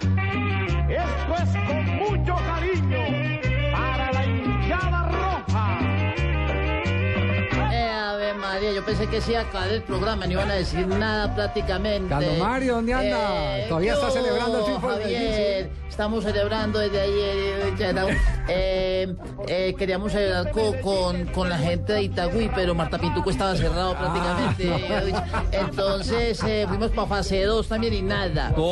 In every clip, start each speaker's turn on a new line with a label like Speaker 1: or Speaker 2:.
Speaker 1: Esto es con mucho cariño para la hinchada roja.
Speaker 2: Eh, Ave María, yo pensé que se iba a acabar el programa, no iban a decir nada prácticamente.
Speaker 3: Carlos Mario, ¿dónde anda? Todavía está
Speaker 2: ¿qué hubo,
Speaker 3: celebrando el triunfo del ¿eh?
Speaker 2: Javier, estamos celebrando desde ayer. eh, ya era un- eh, eh, queríamos celebrar co- con, con la gente de Itagüí, pero Marta Pintuco estaba
Speaker 3: Ah.
Speaker 2: cerrado prácticamente. eh, Entonces eh, fuimos para fase 2 también y nada.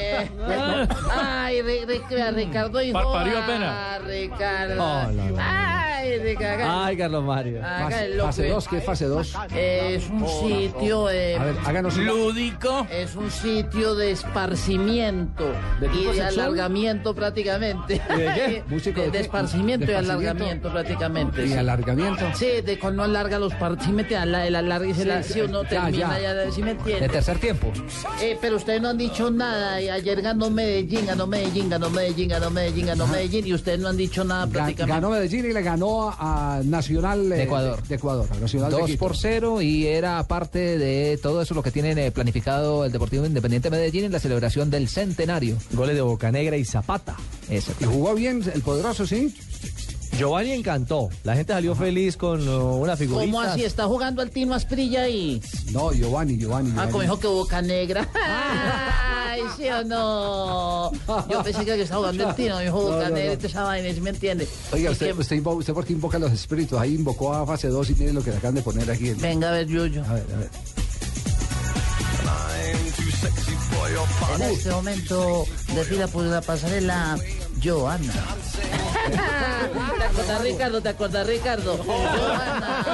Speaker 2: Eh,
Speaker 4: Pues
Speaker 2: ay, re- re- re- Ricardo y ah,
Speaker 4: Parpadeó apenas.
Speaker 2: Ricardo.
Speaker 3: No, no, no.
Speaker 2: Ay, Ricardo.
Speaker 4: Ay, Carlos Mario.
Speaker 2: Haga
Speaker 3: Fase,
Speaker 2: lo que-
Speaker 3: 2, ¿qué es fase 2? A
Speaker 2: Eh, Es un sitio, eh,
Speaker 3: ver, háganos un...
Speaker 4: Lúdico.
Speaker 2: es un sitio de esparcimiento
Speaker 3: ¿De
Speaker 2: y
Speaker 3: tipo
Speaker 2: de
Speaker 3: sexual?
Speaker 2: alargamiento prácticamente.
Speaker 3: ¿De qué? ¿Músico de
Speaker 2: de,
Speaker 3: qué?
Speaker 2: esparcimiento
Speaker 3: ¿De
Speaker 2: y
Speaker 3: esparcimiento?
Speaker 2: alargamiento prácticamente.
Speaker 3: Y
Speaker 2: sí. Ah,
Speaker 3: alargamiento.
Speaker 2: Sí, de cuando alarga los partidos, si mete al- el alargue, se la,
Speaker 3: Sí,
Speaker 2: si uno
Speaker 3: ya,
Speaker 2: termina,
Speaker 3: ya.
Speaker 2: ya, si me
Speaker 3: De
Speaker 2: entiende.
Speaker 3: tercer tiempo.
Speaker 2: Eh, pero ustedes no han dicho nada. y Ayer ganó Medellín, ganó Medellín, ganó Medellín, ganó Medellín, ganó Medellín, y ustedes no han dicho nada
Speaker 3: Ga-
Speaker 2: prácticamente.
Speaker 3: Ganó Medellín y le ganó a Nacional eh,
Speaker 5: De Ecuador.
Speaker 3: De Ecuador, a Nacional de
Speaker 5: 2
Speaker 3: Quito.
Speaker 5: por 0 y era parte de todo eso lo que tienen eh, planificado el Deportivo Independiente Medellín en la celebración del centenario.
Speaker 4: Goles de Bocanegra y Zapata.
Speaker 5: Eso.
Speaker 3: Y jugó bien el poderoso, ¿sí?
Speaker 4: Giovanni encantó. La gente salió feliz con uh, una figurita.
Speaker 2: ¿Cómo así? ¿Está jugando al Tino Asprilla ahí?
Speaker 3: No, Giovanni, Giovanni.
Speaker 2: Ah,
Speaker 3: Giovanni.
Speaker 2: como dijo que boca negra. Ay, sí o no. Yo pensé que estaba jugando el tino, dijo
Speaker 3: No,
Speaker 2: boca
Speaker 3: no,
Speaker 2: negra,
Speaker 3: no.
Speaker 2: y toda esa vaina, ¿sí me entiende?
Speaker 3: Oiga,
Speaker 2: Y
Speaker 3: usted,
Speaker 2: que-
Speaker 3: usted, invo- usted por qué invoca a los espíritus. Ahí invocó a fase 2 y miren lo que le acaban de poner aquí.
Speaker 2: Venga a ver, Yuyo.
Speaker 3: A ver, a ver.
Speaker 2: En este momento desfila por la pasarela Joana. ¿Te acordás, Ricardo? ¿Te acordás, Ricardo? Joana.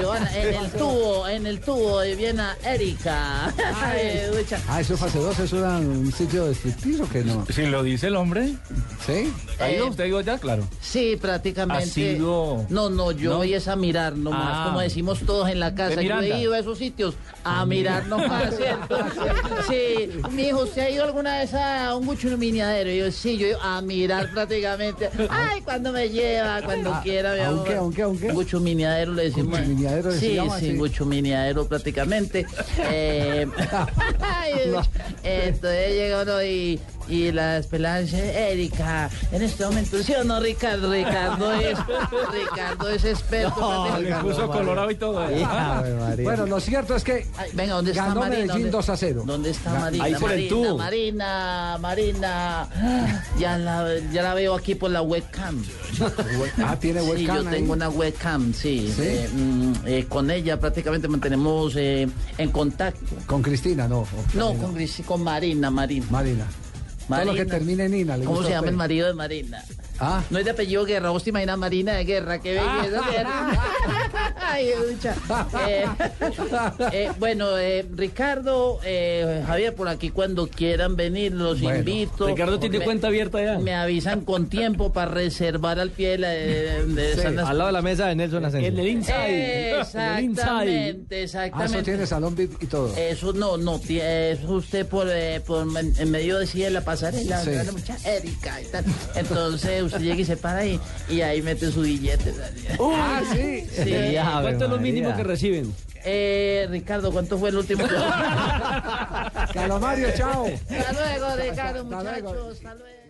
Speaker 2: Joana, en el tubo, en el tubo de Viena, Erika. Ay, mucha-
Speaker 3: Ah, eso es fase 2, eso era un sitio de striptease o qué no.
Speaker 4: Si lo dice el hombre,
Speaker 3: ¿Sí?
Speaker 4: ¿ha ido
Speaker 2: Eh,
Speaker 4: usted ha ido ya? Claro.
Speaker 2: Sí, prácticamente.
Speaker 4: ¿Ha sido?
Speaker 2: No, no, yo
Speaker 4: ¿No?
Speaker 2: voy es a mirar nomás,
Speaker 4: Ah.
Speaker 2: como decimos todos en la casa.
Speaker 4: ¿De
Speaker 2: Yo
Speaker 4: Miranda?
Speaker 2: he ido a esos sitios a mirar nomás, ¿cierto? Sí, mi hijo, ¿usted ha ido alguna vez a un guchurminiadero? Y yo, sí, yo he ido a mirar prácticamente. Ay, cuando me lleva, cuando quiera, mi
Speaker 3: ¿a un
Speaker 2: amor.
Speaker 3: qué, a un qué, a un qué?
Speaker 2: Guchurminiadero le decimos.
Speaker 3: Guchurminiadero se
Speaker 2: Sí,
Speaker 3: llama
Speaker 2: sí,
Speaker 3: así.
Speaker 2: guchurminiadero prácticamente. Eh, ay, Entonces llega uno y, y la esperanza Erika, en este momento, ¿sí o no, Ricardo? Ricardo es, Ricardo es experto.
Speaker 4: Le
Speaker 2: prácticamente.
Speaker 4: puso colorado y todo. ¿eh?
Speaker 3: Ah, Bueno, lo cierto es que
Speaker 2: Ah. Ay, venga, ¿dónde está
Speaker 3: ganó
Speaker 2: Marina? ¿Dónde-
Speaker 3: Medellín 2 a Ah, 0.
Speaker 2: ¿Dónde está Marina?
Speaker 4: Ahí por el
Speaker 2: Marina,
Speaker 4: tubo.
Speaker 2: Marina, Marina. Ah, Ya la, ya la veo aquí por la webcam.
Speaker 3: Ah, tiene
Speaker 2: Sí,
Speaker 3: webcam
Speaker 2: yo
Speaker 3: ahí.
Speaker 2: tengo una webcam, sí.
Speaker 3: ¿Sí?
Speaker 2: Eh, mm, eh, con ella prácticamente mantenemos eh, en contacto.
Speaker 3: Con Cristina, no. o-
Speaker 2: No, con, Gris- con Marina, Marina.
Speaker 3: Marina. Todo lo que
Speaker 2: Marina.
Speaker 3: termine en Ina. ¿le
Speaker 2: ¿Cómo
Speaker 3: gusta
Speaker 2: se
Speaker 3: a
Speaker 2: llama
Speaker 3: usted?
Speaker 2: el marido de Marina?
Speaker 3: Ah,
Speaker 2: No es de apellido Guerra, vos te imaginas Marina de Guerra, qué belleza. Ay, ducha. Eh, eh, bueno, eh, Ricardo, eh, Javier, por aquí cuando quieran venir, los
Speaker 3: Bueno,
Speaker 2: invito.
Speaker 4: Ricardo tiene
Speaker 2: Me-
Speaker 4: cuenta abierta ya.
Speaker 2: Me avisan con tiempo para reservar al pie de, la, de, de San As-
Speaker 4: Al lado de la mesa de Nelson Asensio. El del
Speaker 2: Exactamente,
Speaker 3: ah,
Speaker 2: exactamente. Eh,
Speaker 3: eso tiene salón VIP y todo.
Speaker 2: Eso no, no, ti- eso usted por, eh, por men- en medio de sí de la pasarela,
Speaker 3: Sí.
Speaker 2: la mucha Erika y tal. Entonces usted llega y se para ahí y ahí mete su billete.
Speaker 3: ah, sí.
Speaker 2: Sí.
Speaker 4: ¿Cuánto es lo mínimo que reciben?
Speaker 2: Eh, Ricardo, ¿cuánto fue el último? Hasta
Speaker 3: Calomario, chao.
Speaker 2: luego, Ricardo,
Speaker 3: Hasta luego.
Speaker 2: muchachos. Hasta luego.